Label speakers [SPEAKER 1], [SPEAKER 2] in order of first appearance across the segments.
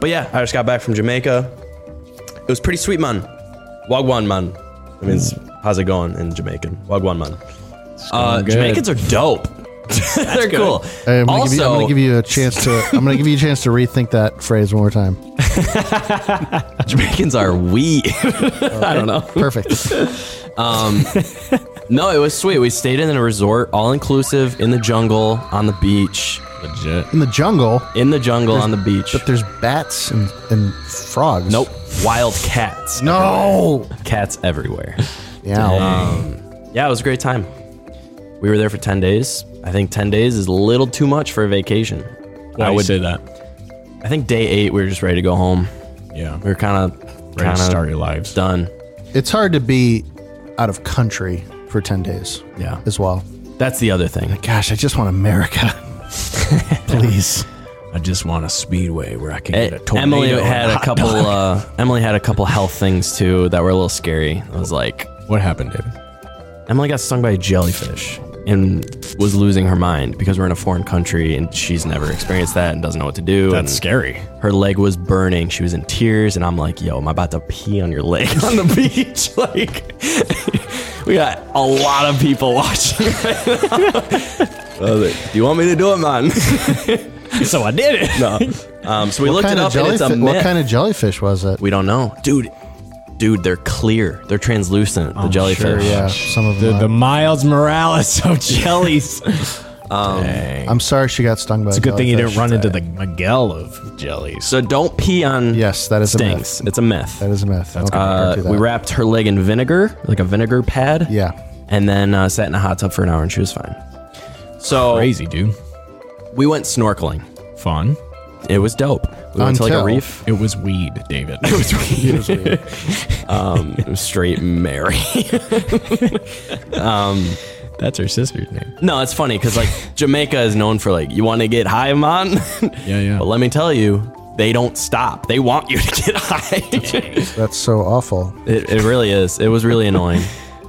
[SPEAKER 1] But yeah, I just got back from Jamaica. It was pretty sweet, man. Wagwan, man. It means
[SPEAKER 2] Mm.
[SPEAKER 1] how's it going in Jamaican? Wagwan, man. Uh,
[SPEAKER 3] good.
[SPEAKER 1] Jamaicans are dope. They're cool.
[SPEAKER 2] Hey, I'm, gonna give you, I'm
[SPEAKER 1] also,
[SPEAKER 2] gonna give you a chance to. I'm gonna give you a chance to rethink that phrase one more time.
[SPEAKER 1] Jamaicans are we. I don't know.
[SPEAKER 2] Perfect.
[SPEAKER 1] No, it was sweet. We stayed in a resort, all inclusive, in the jungle, on the beach,
[SPEAKER 3] Legit.
[SPEAKER 2] In the jungle,
[SPEAKER 1] in the jungle, on the beach.
[SPEAKER 2] there's bats and, and frogs.
[SPEAKER 1] Nope, wild cats.
[SPEAKER 2] No.
[SPEAKER 1] Cats everywhere.
[SPEAKER 2] Yeah.
[SPEAKER 1] Um, Yeah, it was a great time. We were there for 10 days. I think 10 days is a little too much for a vacation. I
[SPEAKER 3] I would
[SPEAKER 1] would-
[SPEAKER 3] say that.
[SPEAKER 1] I think day eight, we were just ready to go home.
[SPEAKER 3] Yeah.
[SPEAKER 1] We were kind of
[SPEAKER 3] Ready to start your lives.
[SPEAKER 1] done.
[SPEAKER 2] It's hard to be out of country for ten days.
[SPEAKER 1] Yeah.
[SPEAKER 2] As well.
[SPEAKER 1] That's the other thing.
[SPEAKER 2] Gosh, I just want America. Please.
[SPEAKER 3] I just want a speedway where I can
[SPEAKER 1] Eh,
[SPEAKER 3] get a tornado.
[SPEAKER 1] Emily
[SPEAKER 3] and
[SPEAKER 1] had a
[SPEAKER 3] hot
[SPEAKER 1] couple.
[SPEAKER 3] dog.
[SPEAKER 1] Uh, Emily had a couple health things too that were a little scary. I was like,
[SPEAKER 3] What happened, David?
[SPEAKER 1] Emily got stung by a jellyfish and was losing her mind because we're in a foreign country and she's never experienced that and doesn't know what to do. and
[SPEAKER 3] scary.
[SPEAKER 1] Her leg was burning. She was in tears, and I'm like, "Yo, I'm about to pee on your leg on the beach." Like, we got a lot of people watching. Right now. I was like, Uh, do you want me to do it, man?
[SPEAKER 3] So I did it.
[SPEAKER 1] no. Um, so we
[SPEAKER 2] What
[SPEAKER 1] looked
[SPEAKER 2] kind,
[SPEAKER 1] it
[SPEAKER 2] of
[SPEAKER 1] up, and it's a
[SPEAKER 2] jellyfish,
[SPEAKER 1] myth.
[SPEAKER 2] what kind of jellyfish was it?
[SPEAKER 1] we don't know, dude. Dude, they're clear. They're translucent. The jellyfish.
[SPEAKER 2] Oh, Sure, yeah, some of
[SPEAKER 3] The,
[SPEAKER 2] them.
[SPEAKER 3] the
[SPEAKER 2] are.
[SPEAKER 3] Miles Morales of jellies. Um,
[SPEAKER 2] I'm sorry she got stung by.
[SPEAKER 3] It's a good thing you didn't run into the Miguel of jellies.
[SPEAKER 1] So don't pee on
[SPEAKER 2] Yes, that is a myth.
[SPEAKER 1] stings. It's a myth.
[SPEAKER 2] That is a myth. That's
[SPEAKER 1] Uh, we wrapped her leg in vinegar, like a vinegar pad.
[SPEAKER 2] Yeah.
[SPEAKER 1] And then uh, sat in a hot tub for an hour, and she was fine. So
[SPEAKER 3] Crazy, dude.
[SPEAKER 1] we went snorkeling.
[SPEAKER 3] Fun.
[SPEAKER 1] It was dope. We went to like a
[SPEAKER 2] Until-
[SPEAKER 1] reef.
[SPEAKER 3] It was weed, David. It was weed.
[SPEAKER 1] Um, it was straight Mary.
[SPEAKER 3] That's her sister's name.
[SPEAKER 1] no, it's funny because like Jamaica is known for like you want to get high, man.
[SPEAKER 3] Yeah, yeah.
[SPEAKER 1] But let me tell you, they don't stop. They want you to get high.
[SPEAKER 2] That's so awful.
[SPEAKER 1] It, it really is. It was really annoying.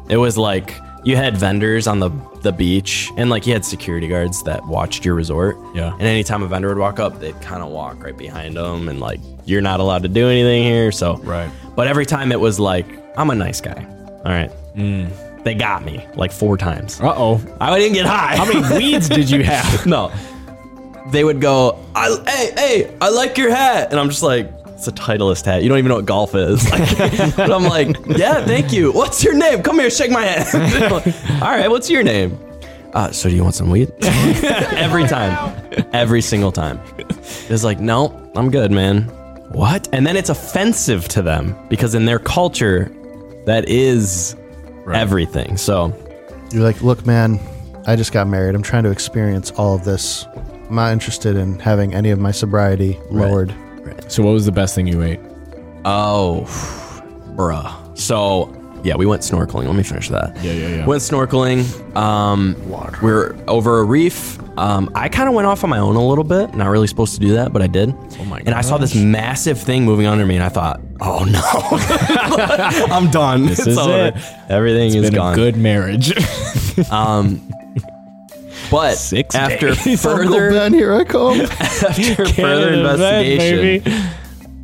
[SPEAKER 1] It was like you had vendors on the the beach, and like you had security guards that watched your resort.
[SPEAKER 3] Yeah.
[SPEAKER 1] And anytime a vendor would walk up, they'd kind of walk right behind them, and like you're not allowed to do anything here. So
[SPEAKER 3] Right.
[SPEAKER 1] But every time it was like, I'm a nice guy. All right. They got me like four times.
[SPEAKER 3] Uh Mm. oh.
[SPEAKER 1] I didn't get high.
[SPEAKER 3] How many weeds did you have?
[SPEAKER 1] no. They would go, I, hey, hey, I like your hat. And I'm just like, it's a Titleist hat. You don't even know what golf is. Like, but I'm like, yeah, thank you. What's your name? Come here, shake my hand. All right, what's your name? Uh, so do you want some weed? Every time. Every single time. It's like, no, I'm good, man. What? And then it's offensive to them because in their culture, that is everything. So
[SPEAKER 2] You're like, look, man, I just got married. I'm trying to experience all of this. I'm not interested in having any of my sobriety lowered.
[SPEAKER 3] So, what was the best thing you ate?
[SPEAKER 1] Oh, bruh. So yeah, we went snorkeling. Let me finish that.
[SPEAKER 3] Yeah, yeah, yeah.
[SPEAKER 1] Went snorkeling. Um, We were over a reef. Um, I kind of went off on my own a little bit. Not really supposed to do that, but I did. Oh
[SPEAKER 3] my
[SPEAKER 1] And I saw this massive thing moving under me, and I thought, oh no, I'm done. This
[SPEAKER 3] is it.
[SPEAKER 1] Everything is
[SPEAKER 3] Been
[SPEAKER 1] gone.
[SPEAKER 3] a good marriage.
[SPEAKER 1] but
[SPEAKER 3] Six
[SPEAKER 1] after
[SPEAKER 3] days.
[SPEAKER 1] further
[SPEAKER 2] Ben, here I come.
[SPEAKER 1] after further
[SPEAKER 3] Canada vet,
[SPEAKER 1] investigation,
[SPEAKER 3] baby.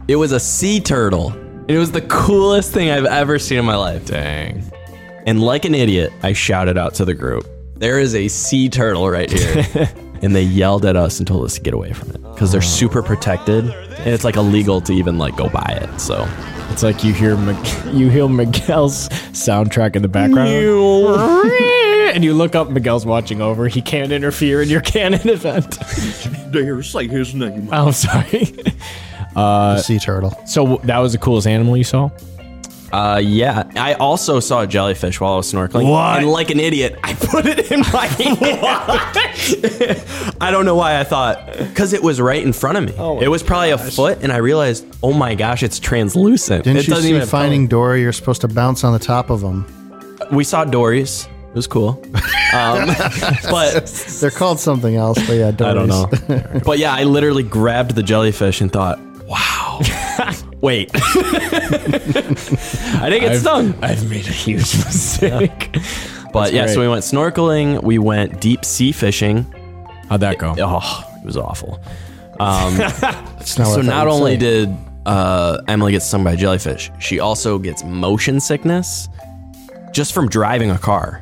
[SPEAKER 1] it was a sea turtle. It was the coolest thing I've ever seen in my life.
[SPEAKER 3] Dang.
[SPEAKER 1] And like an idiot, I shouted out to the group, There is a sea turtle right here. and they yelled at us and told us to get away from it because they're
[SPEAKER 2] Oh.
[SPEAKER 1] super protected and it's like illegal to even like go buy it. So
[SPEAKER 3] It's like you hear Mig- you hear Miguel's soundtrack in the background, and you look up. Miguel's watching over. He can't interfere in your canon event.
[SPEAKER 4] dare say his name.
[SPEAKER 3] Oh, I'm sorry.
[SPEAKER 2] sea turtle.
[SPEAKER 3] So w- that was the coolest animal you saw.
[SPEAKER 1] uh, yeah, I also saw a jellyfish while I was snorkeling.
[SPEAKER 3] What?
[SPEAKER 1] And like an idiot, I put it in my hand. I don't know why I thought because it was right in front of me.
[SPEAKER 3] Oh my
[SPEAKER 1] it was probably a foot, and I realized, oh my gosh, it's translucent.
[SPEAKER 2] Didn't
[SPEAKER 1] it
[SPEAKER 2] you
[SPEAKER 1] doesn't
[SPEAKER 2] see
[SPEAKER 1] even have color.
[SPEAKER 2] Finding Dory? You're supposed to bounce on the top of them.
[SPEAKER 1] We saw Dory's. It was cool. Um, but
[SPEAKER 2] They're called something else, but yeah, Dory's.
[SPEAKER 1] I don't know. but yeah, I literally grabbed the jellyfish and thought, wow. Wait. I didn't get stung.
[SPEAKER 3] I've made a huge mistake.
[SPEAKER 1] But yeah, so
[SPEAKER 3] great.
[SPEAKER 1] we went snorkeling. We went deep sea fishing.
[SPEAKER 3] How'd that go?
[SPEAKER 1] Oh, it was awful.
[SPEAKER 2] That's not
[SPEAKER 1] so
[SPEAKER 2] what I thought
[SPEAKER 1] not
[SPEAKER 2] you'd
[SPEAKER 1] only
[SPEAKER 2] say.
[SPEAKER 1] did uh, Emily get stung by a jellyfish, she also gets motion sickness just from driving a car.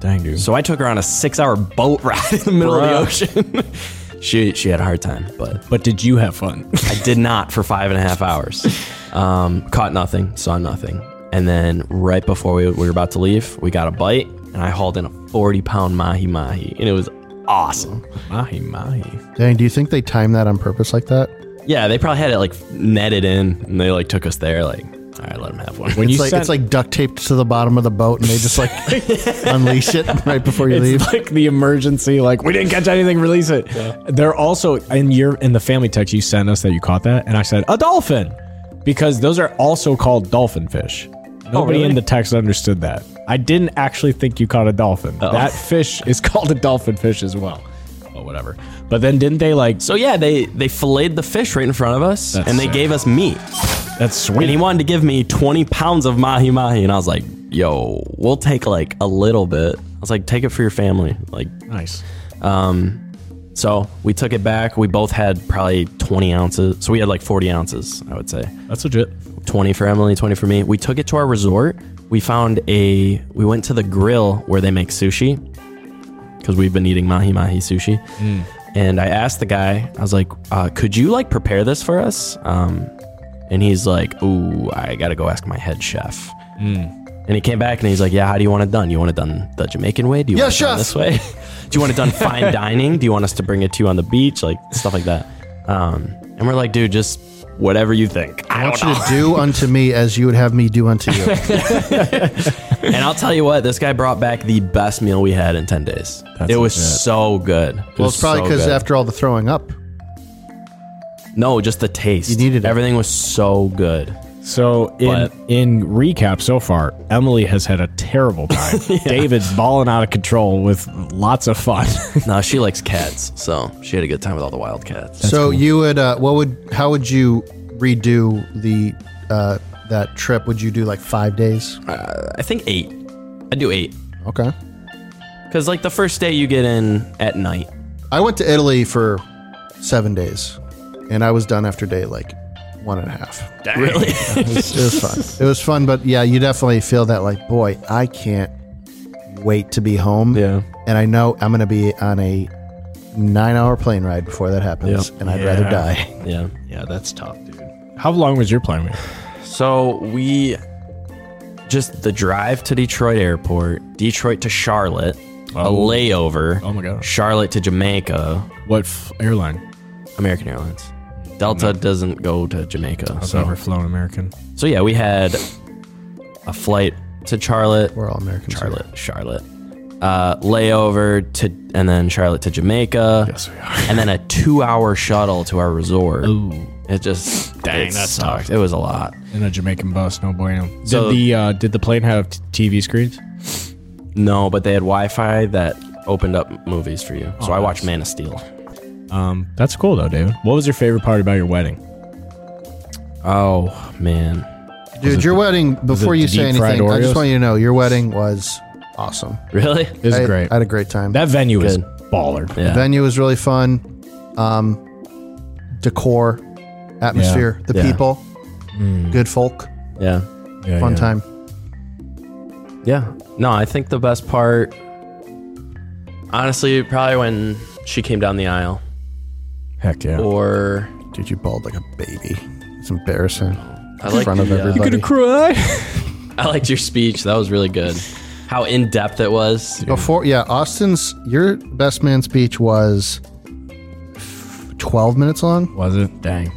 [SPEAKER 3] Dang, dude.
[SPEAKER 1] So I took her on a six-hour boat ride in the middle of the ocean. she she had a hard time, but
[SPEAKER 3] But did you have fun?
[SPEAKER 1] I did not for five and a half hours. Um, caught nothing, saw nothing, and then right before we, we were about to leave, we got a bite, and I hauled in a forty-pound mahi mahi, and it was awesome.
[SPEAKER 3] mahi mahi.
[SPEAKER 2] Dang, do you think they timed that on purpose like that?
[SPEAKER 1] Yeah, they probably had it like netted in, and they like took us there. Like, all right, let them have one.
[SPEAKER 3] When
[SPEAKER 2] It's
[SPEAKER 3] you
[SPEAKER 2] like
[SPEAKER 3] sent,
[SPEAKER 2] it's like duct taped to the bottom of the boat, and they just like unleash it right before you
[SPEAKER 3] it's
[SPEAKER 2] leave.
[SPEAKER 3] like the emergency, like we didn't catch anything, release it. They're also in your in the family text you sent us that you caught that, and I said a dolphin because those are also called dolphin fish. Nobody
[SPEAKER 1] Oh, really?
[SPEAKER 3] in the text understood that. I didn't actually think you caught a dolphin.
[SPEAKER 1] Oh.
[SPEAKER 3] That fish is called a dolphin fish as well. Oh, whatever. But then didn't they like?
[SPEAKER 1] So yeah, they they filleted the fish right in front of us,
[SPEAKER 3] That's
[SPEAKER 1] and they
[SPEAKER 3] sick.
[SPEAKER 1] gave us meat.
[SPEAKER 3] That's sweet.
[SPEAKER 1] And he wanted to give me 20 pounds of mahi mahi, and I was like, "Yo, we'll take like a little bit." I was like, "Take it for your family." Like,
[SPEAKER 3] nice.
[SPEAKER 1] so we took it back. We both had probably 20 ounces, so we had like 40 ounces, I would say.
[SPEAKER 3] That's legit.
[SPEAKER 1] 20 for Emily, 20 for me. We took it to our resort. We found a we went to the grill where they make sushi because we've been eating mahi mahi sushi.
[SPEAKER 2] Hmm.
[SPEAKER 1] And I asked the guy, I was like, uh, "Could you like prepare this for us?" Um, and he's like, "Ooh, I gotta go ask my head chef."
[SPEAKER 2] Hmm.
[SPEAKER 1] And he came back and he's like, "Yeah, how do you want it done? You want it done the Jamaican way? Do you
[SPEAKER 2] Yeah,
[SPEAKER 1] want it done
[SPEAKER 2] chef."
[SPEAKER 1] this way? do you want it done fine dining? Do you want us to bring it to you on the beach, like stuff like that?" Um, and we're like, "Dude, just whatever you think."
[SPEAKER 2] I want you to do unto me as you would have me do unto you.
[SPEAKER 1] And I'll tell you what, this guy brought back the best meal we had in 10 days. it was
[SPEAKER 3] legit.
[SPEAKER 1] so good. It
[SPEAKER 2] well,
[SPEAKER 1] was
[SPEAKER 2] it's probably
[SPEAKER 1] so
[SPEAKER 2] because
[SPEAKER 1] good.
[SPEAKER 2] after all the throwing up,
[SPEAKER 1] No, just the taste.
[SPEAKER 2] You needed it.
[SPEAKER 1] Everything was so good.
[SPEAKER 3] So in
[SPEAKER 1] But-
[SPEAKER 3] in recap so far, Emily has had a terrible time. David's balling out of control with lots of fun.
[SPEAKER 1] No, she likes cats, so she had a good time with all the wild cats.
[SPEAKER 2] so you would uh, what would how would you redo the uh, that trip? Would you do like five days?
[SPEAKER 1] I think eight. I do eight.
[SPEAKER 2] Okay.
[SPEAKER 1] Because, like, the first day you get in at night.
[SPEAKER 2] I went to Italy for seven days, and I was done after day like one and a half.
[SPEAKER 1] Really?
[SPEAKER 2] It was fun. It was fun, but yeah, you definitely feel that like, boy, I can't wait to be home.
[SPEAKER 1] Yeah.
[SPEAKER 2] And I know I'm going to be on a nine hour plane ride before that happens, and I'd rather die.
[SPEAKER 1] yeah.
[SPEAKER 3] yeah, that's tough, dude. How long was your plan?
[SPEAKER 1] So we just the drive to Detroit airport, Detroit to Charlotte, a
[SPEAKER 3] Oh.
[SPEAKER 1] layover.
[SPEAKER 3] Oh my God.
[SPEAKER 1] Charlotte to Jamaica.
[SPEAKER 3] What f- airline?
[SPEAKER 1] American Airlines. Delta doesn't go to Jamaica.
[SPEAKER 3] I've
[SPEAKER 1] So.
[SPEAKER 3] never flown American.
[SPEAKER 1] so yeah, we had a flight to Charlotte,
[SPEAKER 2] We're all Americans. here.
[SPEAKER 1] Charlotte, Charlotte. Uh, layover to and then Charlotte to Jamaica.
[SPEAKER 3] Yes, we are.
[SPEAKER 1] And then a 2-hour shuttle to our resort. Ooh. It just
[SPEAKER 3] Dang,
[SPEAKER 1] it
[SPEAKER 3] that's
[SPEAKER 1] sucked. It was a lot.
[SPEAKER 3] In a Jamaican bus, no bueno. Did
[SPEAKER 1] So-
[SPEAKER 3] the uh, did the plane have t- TV screens?
[SPEAKER 1] No, but they had Wi-Fi that opened up movies for you. So I watched
[SPEAKER 3] Oh, nice.
[SPEAKER 1] Man of Steel.
[SPEAKER 3] Um, that's cool though, David. What was your favorite part about your wedding?
[SPEAKER 1] Oh man.
[SPEAKER 2] Dude, your wedding, before
[SPEAKER 3] it
[SPEAKER 2] you
[SPEAKER 3] the
[SPEAKER 2] say
[SPEAKER 3] deep-fried
[SPEAKER 2] anything, I
[SPEAKER 3] Oreos?
[SPEAKER 2] just want you to know your wedding was awesome.
[SPEAKER 1] Really?
[SPEAKER 3] It was
[SPEAKER 2] I-
[SPEAKER 3] great.
[SPEAKER 2] I had a great time.
[SPEAKER 3] that venue was
[SPEAKER 1] Good.
[SPEAKER 3] baller.
[SPEAKER 1] Yeah.
[SPEAKER 2] venue was really fun. Um, decor, atmosphere, the
[SPEAKER 1] Yeah.
[SPEAKER 2] people, good folk,
[SPEAKER 1] yeah.
[SPEAKER 3] Yeah,
[SPEAKER 2] fun
[SPEAKER 3] yeah.
[SPEAKER 2] time.
[SPEAKER 1] Yeah. No, I think the best part, honestly, probably when she came down the aisle,
[SPEAKER 3] Heck yeah.
[SPEAKER 1] or
[SPEAKER 2] Dude, you bawled like a baby. It's embarrassing.
[SPEAKER 1] I like
[SPEAKER 2] front of everybody.
[SPEAKER 3] Gonna cry.
[SPEAKER 1] I liked your speech. That was really good. How in depth it was.
[SPEAKER 2] Before, yeah, Austin's your best man speech was twelve minutes long.
[SPEAKER 3] was it? Dang.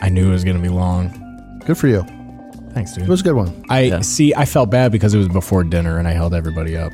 [SPEAKER 3] I knew it was gonna be long.
[SPEAKER 2] Good for you.
[SPEAKER 3] Thanks, dude.
[SPEAKER 2] It was a good one.
[SPEAKER 3] I see. I felt bad because it was before dinner and I held everybody up.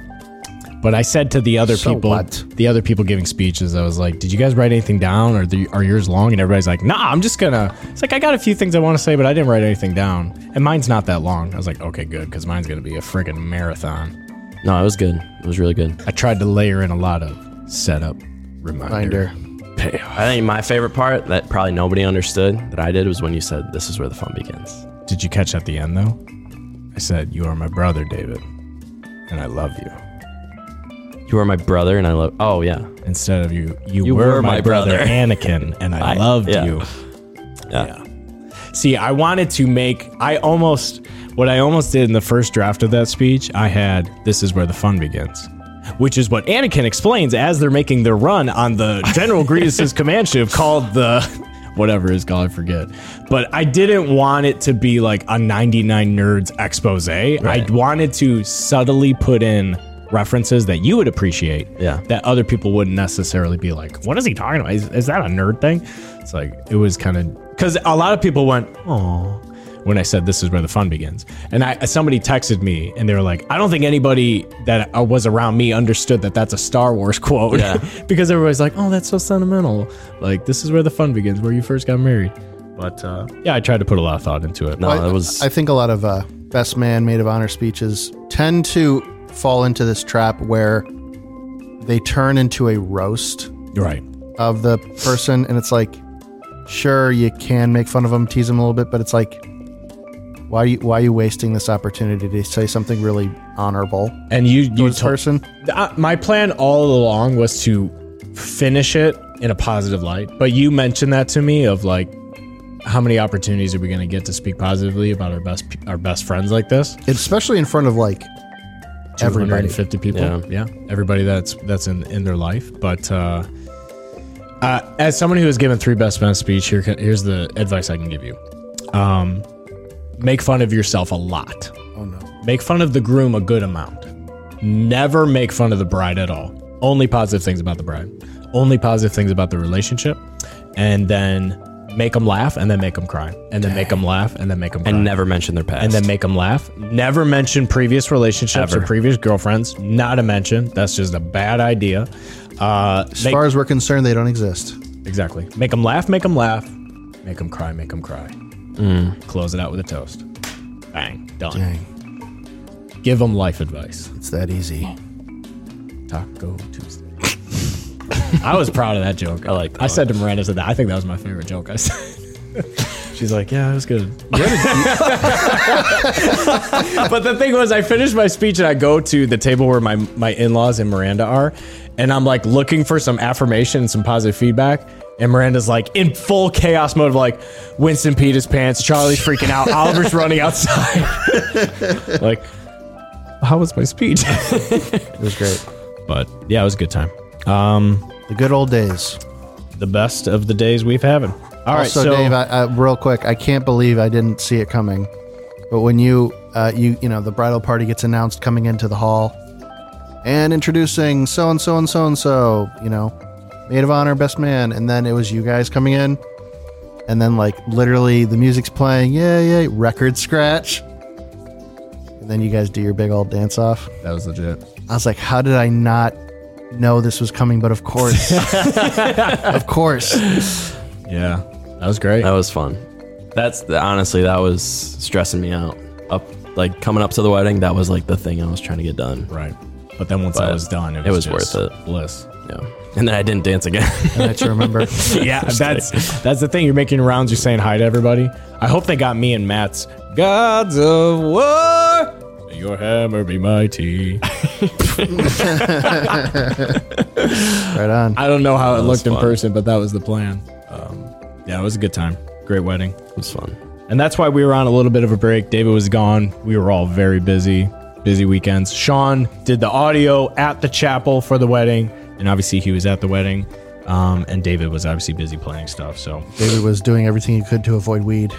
[SPEAKER 3] But I said to the other
[SPEAKER 2] So
[SPEAKER 3] people,
[SPEAKER 2] what?
[SPEAKER 3] the other people giving speeches, I was like, "Did you guys write anything down, or the, are yours long?" And everybody's like, "Nah, I'm just gonna." It's like I got a few things I want to say, but I didn't write anything down, and mine's not that long. I was like, "Okay, good," because mine's gonna be a friggin' marathon.
[SPEAKER 1] No, it was good. It was really good.
[SPEAKER 3] I tried to layer in a lot of setup, reminder,
[SPEAKER 2] Binder.
[SPEAKER 1] I think my favorite part that probably nobody understood that I did was when you said, This is where the fun begins.
[SPEAKER 3] Did you catch at the end though? I said, "You are my brother, David, and I love you."
[SPEAKER 1] You are my brother, and I love. Oh yeah,
[SPEAKER 3] instead of you. You, were, my, brother, Anakin, and
[SPEAKER 1] I-
[SPEAKER 3] I, loved
[SPEAKER 1] yeah.
[SPEAKER 3] you.
[SPEAKER 1] Yeah.
[SPEAKER 3] See, I wanted to make. I almost what I almost did in the first draft of that speech. I had this is where the fun begins. Which is what Anakin explains as they're making their run on the General Grievous' command ship called the whatever is called, I forget. But I didn't want it to be like a 99 Nerds expose. I wanted to subtly put in references that you would appreciate
[SPEAKER 1] Yeah.
[SPEAKER 3] that other people wouldn't necessarily be like, what is he talking about? Is, is that a nerd thing? It's like, it was kind of because a lot of people went, oh, when I said this is where the fun begins. And I somebody texted me and they were like, I don't think anybody that uh, was around me understood that that's a Star Wars quote
[SPEAKER 1] Yeah.
[SPEAKER 3] because everybody's like, oh, that's so sentimental. Like, this is where the fun begins, where you first got married. But uh, yeah, I tried to put a lot of thought into it.
[SPEAKER 1] no,
[SPEAKER 2] I,
[SPEAKER 1] that was
[SPEAKER 2] I think a lot of uh, best man, maid of honor speeches tend to fall into this trap where they turn into a roast
[SPEAKER 3] You're right.
[SPEAKER 2] of the person, and it's like, sure, you can make fun of them, tease them a little bit, but it's like, why are you why are you wasting this opportunity to say something really honorable
[SPEAKER 3] And you,
[SPEAKER 2] to
[SPEAKER 3] you
[SPEAKER 2] this
[SPEAKER 3] told
[SPEAKER 2] person?
[SPEAKER 3] Uh, my plan all along was to finish it in a positive light, but you mentioned that to me of like, how many opportunities are we going to get to speak positively about our best our best friends like this?
[SPEAKER 2] especially in front of like everybody.
[SPEAKER 3] 250 people.
[SPEAKER 1] Yeah.
[SPEAKER 3] Yeah. everybody that's that's in in their life. But uh, uh, as someone who has given three best man speech, here can- here's the advice I can give you. Um, make fun of yourself a lot.
[SPEAKER 2] Oh no.
[SPEAKER 3] Make fun of the groom a good amount. Never make fun of the bride at all. Only positive things about the bride. Only positive things about the relationship. And then make them laugh and then make them cry. And then make them laugh and then make them cry.
[SPEAKER 1] and never mention their past.
[SPEAKER 3] and then make them laugh. Never mention previous relationships or previous girlfriends. Not a mention. That's just a bad idea. Uh,
[SPEAKER 2] As
[SPEAKER 3] make-
[SPEAKER 2] far as we're concerned, they don't exist.
[SPEAKER 3] exactly. Make them laugh, make them laugh. Make them cry, make them cry. Close it out with a toast. Bang. Done.
[SPEAKER 2] Mm. Dang,
[SPEAKER 3] Give them life advice.
[SPEAKER 2] it's that easy.
[SPEAKER 3] Taco Tuesday. I was proud of that joke. I
[SPEAKER 1] like that
[SPEAKER 3] I
[SPEAKER 1] one.
[SPEAKER 3] said to Miranda, I said that I think that was my favorite joke. I said. She's like, yeah, it was good. but the thing was, I finished my speech and I go to the table where my my in laws and Miranda are, and I'm like looking for some affirmation and some positive feedback. And Miranda's like in full chaos mode, of like Winston peed his pants, Charlie's freaking out, Oliver's running outside. like, how was my speech?
[SPEAKER 2] It was great.
[SPEAKER 3] but yeah, it was a good time.
[SPEAKER 2] The good old days.
[SPEAKER 3] the best of the days we've had. All right,
[SPEAKER 2] also,
[SPEAKER 3] so
[SPEAKER 2] Dave, I, I, real quick, I can't believe I didn't see it coming. But when you, uh, you, you know, the bridal party gets announced coming into the hall, and introducing so and so and so and so, you know, maid of honor, best man, and then it was you guys coming in, and then like literally the music's playing, yeah, yeah, record scratch, and then you guys do your big old dance off.
[SPEAKER 3] that was legit.
[SPEAKER 2] I was like, how did I not know this was coming? But of course, of course.
[SPEAKER 3] Yeah, that was great.
[SPEAKER 1] that was fun. That's honestly that was stressing me out. Up like coming up to the wedding, that was like the thing I was trying to get done.
[SPEAKER 3] right, but then once
[SPEAKER 1] But
[SPEAKER 3] I was done, it
[SPEAKER 1] it
[SPEAKER 3] was,
[SPEAKER 1] was worth
[SPEAKER 3] just
[SPEAKER 1] it.
[SPEAKER 3] Bliss.
[SPEAKER 1] Yeah, and then I didn't dance again.
[SPEAKER 2] I to remember.
[SPEAKER 3] Yeah, that's that's the thing. You're making rounds. You're saying hi to everybody. I hope they got me and Matt's Gods of War. May Your hammer be mighty.
[SPEAKER 2] Right on.
[SPEAKER 3] I don't know how it looked in
[SPEAKER 1] fun.
[SPEAKER 3] person, but that was the plan. Um, yeah, it was a good time. Great wedding.
[SPEAKER 1] it was fun.
[SPEAKER 3] And that's why we were on a little bit of a break. David was gone. We were all very busy, busy weekends. Sean did the audio at the chapel for the wedding, and obviously he was at the wedding. Um, and David was obviously busy playing stuff. So,
[SPEAKER 2] David was doing everything he could to avoid weed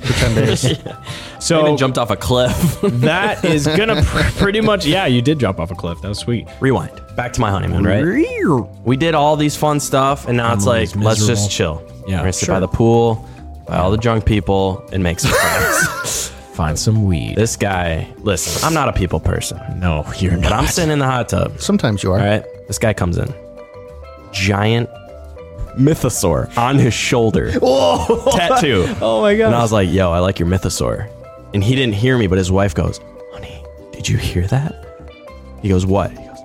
[SPEAKER 2] for 10 days.
[SPEAKER 1] I even
[SPEAKER 3] so
[SPEAKER 1] jumped off a cliff.
[SPEAKER 3] that is gonna pr- pretty much. Yeah, you did drop off a cliff. That was sweet.
[SPEAKER 1] Rewind. Back to my honeymoon, right? We did all these fun stuff, and now it's like
[SPEAKER 3] Honeymoon's
[SPEAKER 1] let's
[SPEAKER 3] miserable.
[SPEAKER 1] just chill.
[SPEAKER 3] Yeah,
[SPEAKER 1] We're gonna sit
[SPEAKER 3] sure.
[SPEAKER 1] by the pool, by all the drunk people, and make some friends.
[SPEAKER 3] Find some weed.
[SPEAKER 1] this guy, listen, I'm not a people person,
[SPEAKER 3] No, you're
[SPEAKER 1] but
[SPEAKER 3] not.
[SPEAKER 1] I'm sitting in the hot tub.
[SPEAKER 2] Sometimes you are.
[SPEAKER 1] All right, this guy comes in, giant mythosaur on his shoulder, tattoo,
[SPEAKER 3] Oh my
[SPEAKER 1] and I
[SPEAKER 3] god.
[SPEAKER 1] was like, "Yo, I like your mythosaur," and he didn't hear me, but his wife goes, "Honey, did you hear that?" He goes, "What?" He goes,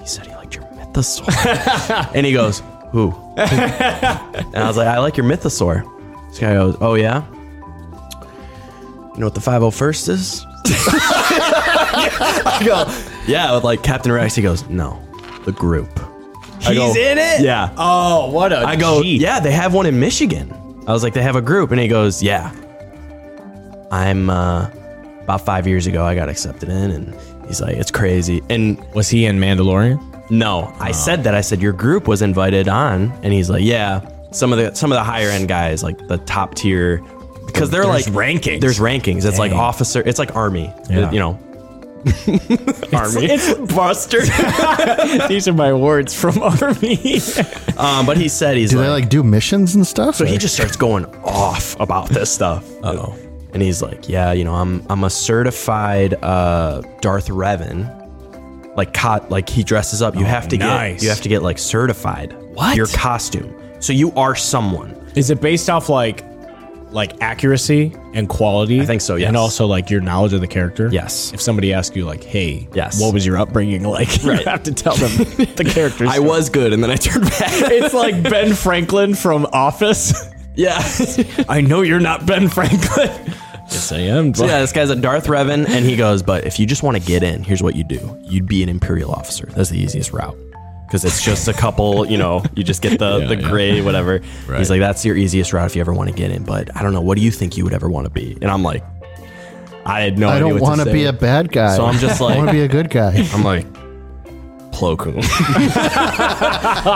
[SPEAKER 1] "He said he liked your mythosaur," and he goes, "Who?" and I was like, "I like your mythosaur." This guy goes, "Oh yeah." You know what the 501st is? I go, yeah, with like Captain Rex. He goes, no. the group.
[SPEAKER 3] He's in it.
[SPEAKER 1] Yeah.
[SPEAKER 3] Oh, what a.
[SPEAKER 1] I go,
[SPEAKER 3] G.
[SPEAKER 1] yeah, they have one in Michigan. I was like, they have a group. And he goes, yeah. I'm, uh, about five years ago, I got accepted in. And he's like, it's crazy. And
[SPEAKER 3] Was he in Mandalorian?
[SPEAKER 1] no, I said that. I said, your group was invited on. And he's like, yeah. Some of the, some of the higher end guys, like the top tier, because they're
[SPEAKER 3] There's
[SPEAKER 1] like
[SPEAKER 3] rankings.
[SPEAKER 1] There's rankings. It's like
[SPEAKER 3] Dang.
[SPEAKER 1] officer, it's like army,
[SPEAKER 3] Yeah.
[SPEAKER 1] you know. army.
[SPEAKER 3] it's-
[SPEAKER 1] Buster.
[SPEAKER 3] These are my words from Army.
[SPEAKER 1] um, but he said he's
[SPEAKER 2] Do
[SPEAKER 1] like,
[SPEAKER 2] they like do missions and stuff?
[SPEAKER 1] So
[SPEAKER 2] or-
[SPEAKER 1] he just starts going off about this stuff. oh. And he's like, "Yeah, you know, I'm I'm a certified uh, Darth Revan, like cot, like he dresses up. You have to
[SPEAKER 3] nice.
[SPEAKER 1] get you have to get like certified.
[SPEAKER 3] What?
[SPEAKER 1] your costume? So you are someone.
[SPEAKER 3] Is it based off like like accuracy and quality? I
[SPEAKER 1] think so, yes.
[SPEAKER 3] And also like your knowledge of the character?
[SPEAKER 1] Yes.
[SPEAKER 3] If somebody asks you like, hey,
[SPEAKER 1] Yes.
[SPEAKER 3] what was your upbringing like? You
[SPEAKER 1] Right.
[SPEAKER 3] have to tell them the character.
[SPEAKER 1] I was good, and then I turned back.
[SPEAKER 3] It's like Ben Franklin from Office.
[SPEAKER 1] yeah,
[SPEAKER 3] I know you're not Ben Franklin. yes, I am.
[SPEAKER 1] yeah. This guy's a Darth Revan, and he goes, "But if you just want to get in, here's what you do. You'd be an Imperial officer. That's the easiest route." Because it's just a couple, you know, you just get the,
[SPEAKER 3] Yeah,
[SPEAKER 1] the
[SPEAKER 3] yeah.
[SPEAKER 1] gray, whatever.
[SPEAKER 3] Right.
[SPEAKER 1] He's like, that's your easiest route if you ever want to get in. But I don't know, what do you think you would ever want to be? And I'm like, I had no
[SPEAKER 2] I
[SPEAKER 1] idea
[SPEAKER 2] don't
[SPEAKER 1] what
[SPEAKER 2] want to
[SPEAKER 1] say.
[SPEAKER 2] be a bad guy.
[SPEAKER 1] So I'm just
[SPEAKER 2] I want to
[SPEAKER 1] like,
[SPEAKER 2] be a good guy.
[SPEAKER 1] I'm like, Plo Koon.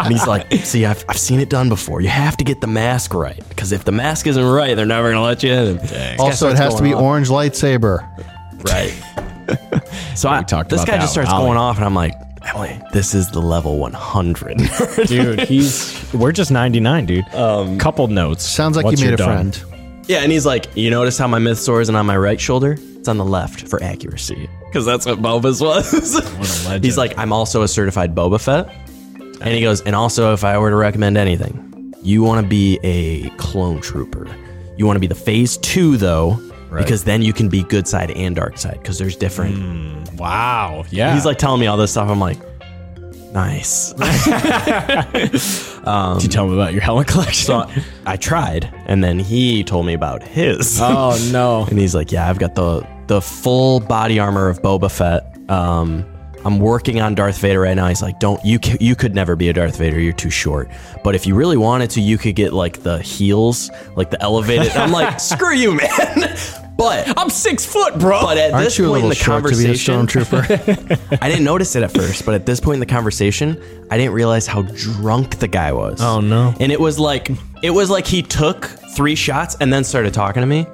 [SPEAKER 1] and he's like, see, I've, I've seen it done before. You have to get the mask right. Because if the mask isn't right, they're never going to let you in. This guy
[SPEAKER 2] Also, it
[SPEAKER 1] starts
[SPEAKER 2] has to
[SPEAKER 1] going
[SPEAKER 2] be
[SPEAKER 1] off.
[SPEAKER 2] orange lightsaber.
[SPEAKER 1] Right. so I,
[SPEAKER 3] talked
[SPEAKER 1] this
[SPEAKER 3] about
[SPEAKER 1] guy
[SPEAKER 3] that
[SPEAKER 1] just
[SPEAKER 3] with
[SPEAKER 1] starts
[SPEAKER 3] Ollie.
[SPEAKER 1] going off, and I'm like, Emily, this is the level 100.
[SPEAKER 3] dude, he's we're just 99, dude. Um, Couple notes.
[SPEAKER 2] Sounds like
[SPEAKER 3] Once
[SPEAKER 2] you made
[SPEAKER 3] you're
[SPEAKER 2] a
[SPEAKER 3] done.
[SPEAKER 2] friend.
[SPEAKER 1] yeah, and he's like, you notice how my myth sword is on my right shoulder? It's on the left for accuracy. Because that's what Boba's was.
[SPEAKER 3] a legend.
[SPEAKER 1] he's like, I'm also a certified Boba Fett. And he goes, and also, if I were to recommend anything, you want to be a clone trooper. You want to be the phase two, though, because then you can be good side and dark side, because there's different
[SPEAKER 3] Hmm. Wow. Yeah.
[SPEAKER 1] He's like telling me all this stuff. I'm like, nice.
[SPEAKER 3] Did you tell him about your helmet collection?
[SPEAKER 1] so I tried, and then he told me about his.
[SPEAKER 3] oh no.
[SPEAKER 1] and he's like, yeah, I've got the the full body armor of Boba Fett. Um, I'm working on Darth Vader right now. He's like, don't you c- you could never be a Darth Vader. You're too short. But if you really wanted to, you could get like the heels, like the elevated. I'm like, screw you, man. But
[SPEAKER 3] I'm six foot, bro.
[SPEAKER 1] but at
[SPEAKER 2] Aren't
[SPEAKER 1] this
[SPEAKER 2] you a
[SPEAKER 1] point in
[SPEAKER 2] little
[SPEAKER 1] the
[SPEAKER 2] short to be a
[SPEAKER 1] conversation,
[SPEAKER 2] stormtrooper?
[SPEAKER 1] I didn't notice it at first, but at this point in the conversation, I didn't realize how drunk the guy was.
[SPEAKER 3] Oh, no.
[SPEAKER 1] And it was like it was like he took three shots and then started talking to me.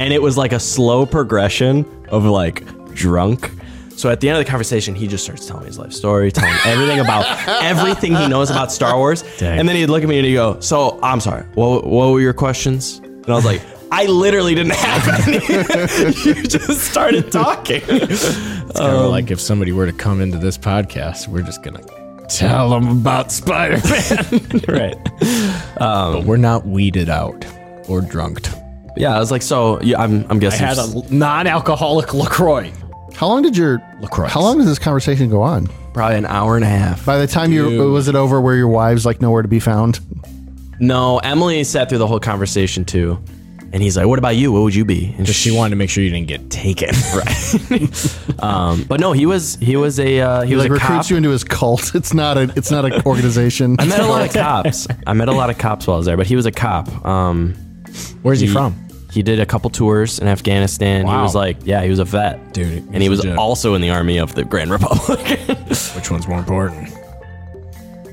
[SPEAKER 1] And it was like a slow progression of like drunk. So at the end of the conversation, he just starts telling me his life story, telling me everything about everything he knows about Star Wars.
[SPEAKER 3] Dang.
[SPEAKER 1] And then he'd look at me and he'd go, So I'm sorry, what, what were your questions? And I was like, I literally didn't have any. you just started talking.
[SPEAKER 3] Kind of like if somebody were to come into this podcast, we're just gonna tell them about Spider Man, right? Um, but we're not weeded out or drunked.
[SPEAKER 1] Yeah, I was like, so yeah, I'm, I'm
[SPEAKER 3] I
[SPEAKER 1] guessing.
[SPEAKER 3] had a non-alcoholic Lacroix.
[SPEAKER 2] how long did your
[SPEAKER 3] LaCroix.
[SPEAKER 2] How long did this conversation go on?
[SPEAKER 1] probably an hour and a half.
[SPEAKER 2] By the time you was it over where your wives like nowhere to be found?
[SPEAKER 1] No, Emily sat through the whole conversation too, and he's like, "What about you? What would you be?" And
[SPEAKER 3] She wanted to make sure you didn't get taken.
[SPEAKER 1] um, but no, he was he was a uh, he, was
[SPEAKER 2] Like
[SPEAKER 1] a
[SPEAKER 2] recruits
[SPEAKER 1] cop.
[SPEAKER 2] you into his cult. It's not a it's not an organization.
[SPEAKER 1] I met a lot of cops. I met a lot of cops while I was there, but he was a cop. Um,
[SPEAKER 3] Where's he from?
[SPEAKER 1] he did a couple tours in Afghanistan.
[SPEAKER 3] Wow.
[SPEAKER 1] He was like, yeah, he was a vet,
[SPEAKER 3] Dude, he
[SPEAKER 1] and he
[SPEAKER 3] was
[SPEAKER 1] was
[SPEAKER 3] legit.
[SPEAKER 1] also in the army of the Grand Republic.
[SPEAKER 3] Which one's more important?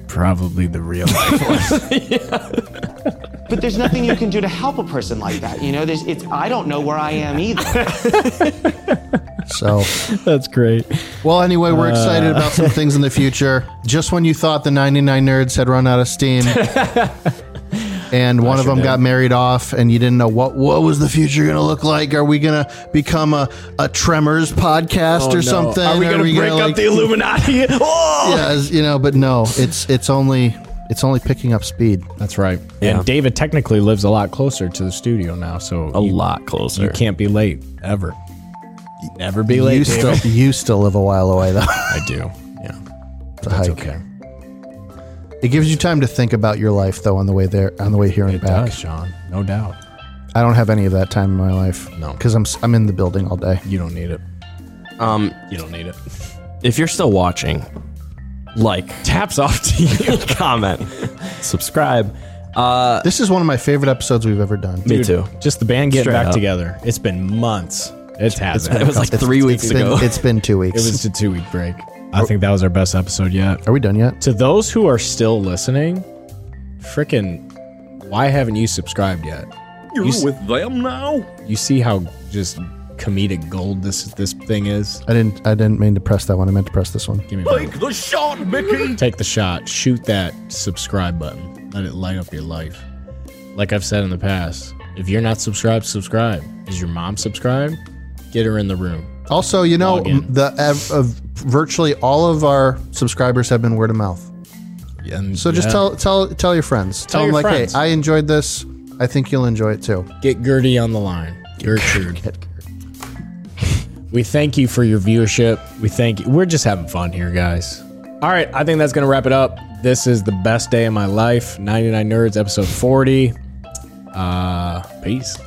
[SPEAKER 3] Probably the real life.
[SPEAKER 5] But there's nothing you can do to help a person like that. You know, there's, it's, I don't know where I am either.
[SPEAKER 2] So
[SPEAKER 3] That's great.
[SPEAKER 2] well, anyway, we're excited about
[SPEAKER 3] Uh.
[SPEAKER 2] some things in the future. Just when you thought the 99 nerds had run out of steam. And one of them got married off, and you didn't know what what was the future going to look like. Are we going to become a, a Tremors podcast or something?
[SPEAKER 3] Oh, Are we gonna break up
[SPEAKER 2] like-
[SPEAKER 3] the Illuminati? Oh!
[SPEAKER 2] yeah, as- you know, but no, it's it's only it's only picking up speed.
[SPEAKER 3] That's right.
[SPEAKER 1] Yeah.
[SPEAKER 3] And David technically lives a lot closer to the studio now, so
[SPEAKER 1] a lot closer.
[SPEAKER 3] You can't be late ever. Never be late.
[SPEAKER 2] you
[SPEAKER 3] David.
[SPEAKER 2] still you still live a while away though.
[SPEAKER 3] I do. Yeah.
[SPEAKER 2] It's a hike.
[SPEAKER 3] Okay.
[SPEAKER 2] It gives you time to think about your life though on the way there on the way here and back.
[SPEAKER 3] Does, Sean. No doubt.
[SPEAKER 2] I don't have any of that time in my life.
[SPEAKER 3] No.
[SPEAKER 2] because I'm s- I'm in the building all day.
[SPEAKER 3] You don't need it.
[SPEAKER 1] Um,
[SPEAKER 3] You don't need it.
[SPEAKER 1] if you're still watching, like,
[SPEAKER 3] Taps off to you.
[SPEAKER 1] comment, subscribe.
[SPEAKER 2] This is one of my favorite episodes we've ever done.
[SPEAKER 1] Me
[SPEAKER 3] Dude,
[SPEAKER 1] too.
[SPEAKER 3] Just the band getting
[SPEAKER 1] Straight
[SPEAKER 3] back
[SPEAKER 1] up.
[SPEAKER 3] together. It's been months. It's happened.
[SPEAKER 1] It was like
[SPEAKER 2] It's-
[SPEAKER 1] three
[SPEAKER 2] it's
[SPEAKER 1] weeks
[SPEAKER 2] been-
[SPEAKER 1] ago.
[SPEAKER 2] It's been two
[SPEAKER 3] it
[SPEAKER 2] weeks.
[SPEAKER 3] was a two week break. I think that was our best episode yet.
[SPEAKER 2] Are we done yet?
[SPEAKER 3] To those who are still listening, frickin' why haven't you subscribed yet?
[SPEAKER 4] You're
[SPEAKER 3] You s-
[SPEAKER 4] with them now?
[SPEAKER 3] You see how just comedic gold this this thing is?
[SPEAKER 2] I didn't. I didn't mean to press that one. I meant to press this one.
[SPEAKER 3] Give me one.
[SPEAKER 4] Take the shot, Mickey!
[SPEAKER 3] Take the shot. Shoot that subscribe button. Let it light up your life. Like I've said in the past, if you're not subscribed, subscribe. Is your mom subscribed? Get her in the room.
[SPEAKER 2] Also, you know,
[SPEAKER 3] Log in.
[SPEAKER 2] the ev- of virtually all of our subscribers have been word of mouth.
[SPEAKER 3] And
[SPEAKER 2] So just
[SPEAKER 3] yeah,
[SPEAKER 2] tell tell tell your friends.
[SPEAKER 3] Tell
[SPEAKER 2] tell them
[SPEAKER 3] your
[SPEAKER 2] like,
[SPEAKER 3] friends.
[SPEAKER 2] hey, I enjoyed this. I think you'll enjoy it too.
[SPEAKER 3] get Gertie on the line. Gertrude. we thank you for your viewership. We thank you. We're just having fun here, guys. All right, I think that's gonna wrap it up. This is the best day of my life. 99 Nerds, episode 40. Uh, peace.